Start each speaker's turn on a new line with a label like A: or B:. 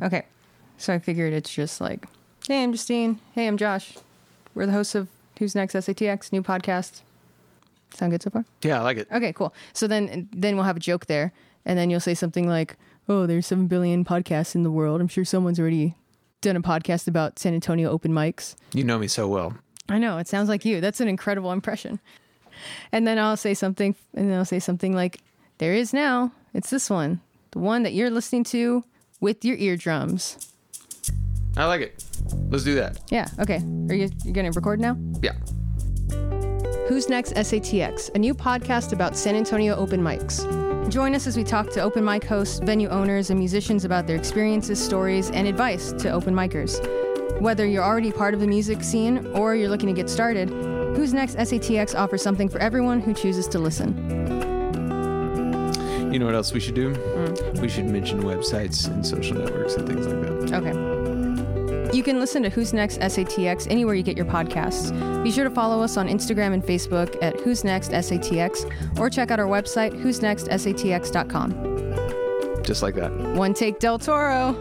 A: Okay. So I figured it's just like, hey, I'm Justine. Hey, I'm Josh. We're the hosts of Who's Next SATX, new podcast. Sound good so far?
B: Yeah, I like it.
A: Okay, cool. So then then we'll have a joke there, and then you'll say something like, "Oh, there's seven billion podcasts in the world. I'm sure someone's already done a podcast about San Antonio open mics."
B: You know me so well.
A: I know it sounds like you. That's an incredible impression. And then I'll say something, and then I'll say something like, "There is now. It's this one, the one that you're listening to with your eardrums."
B: I like it. Let's do that.
A: Yeah. Okay. Are you you gonna record now?
B: Yeah.
A: Who's Next SATX, a new podcast about San Antonio open mics. Join us as we talk to open mic hosts, venue owners, and musicians about their experiences, stories, and advice to open micers. Whether you're already part of the music scene or you're looking to get started, Who's Next SATX offers something for everyone who chooses to listen.
B: You know what else we should do? We should mention websites and social networks and things like that.
A: Okay. You can listen to Who's Next SATX anywhere you get your podcasts. Be sure to follow us on Instagram and Facebook at Who's Next SATX or check out our website, who'snextsatx.com.
B: Just like that.
A: One take Del Toro.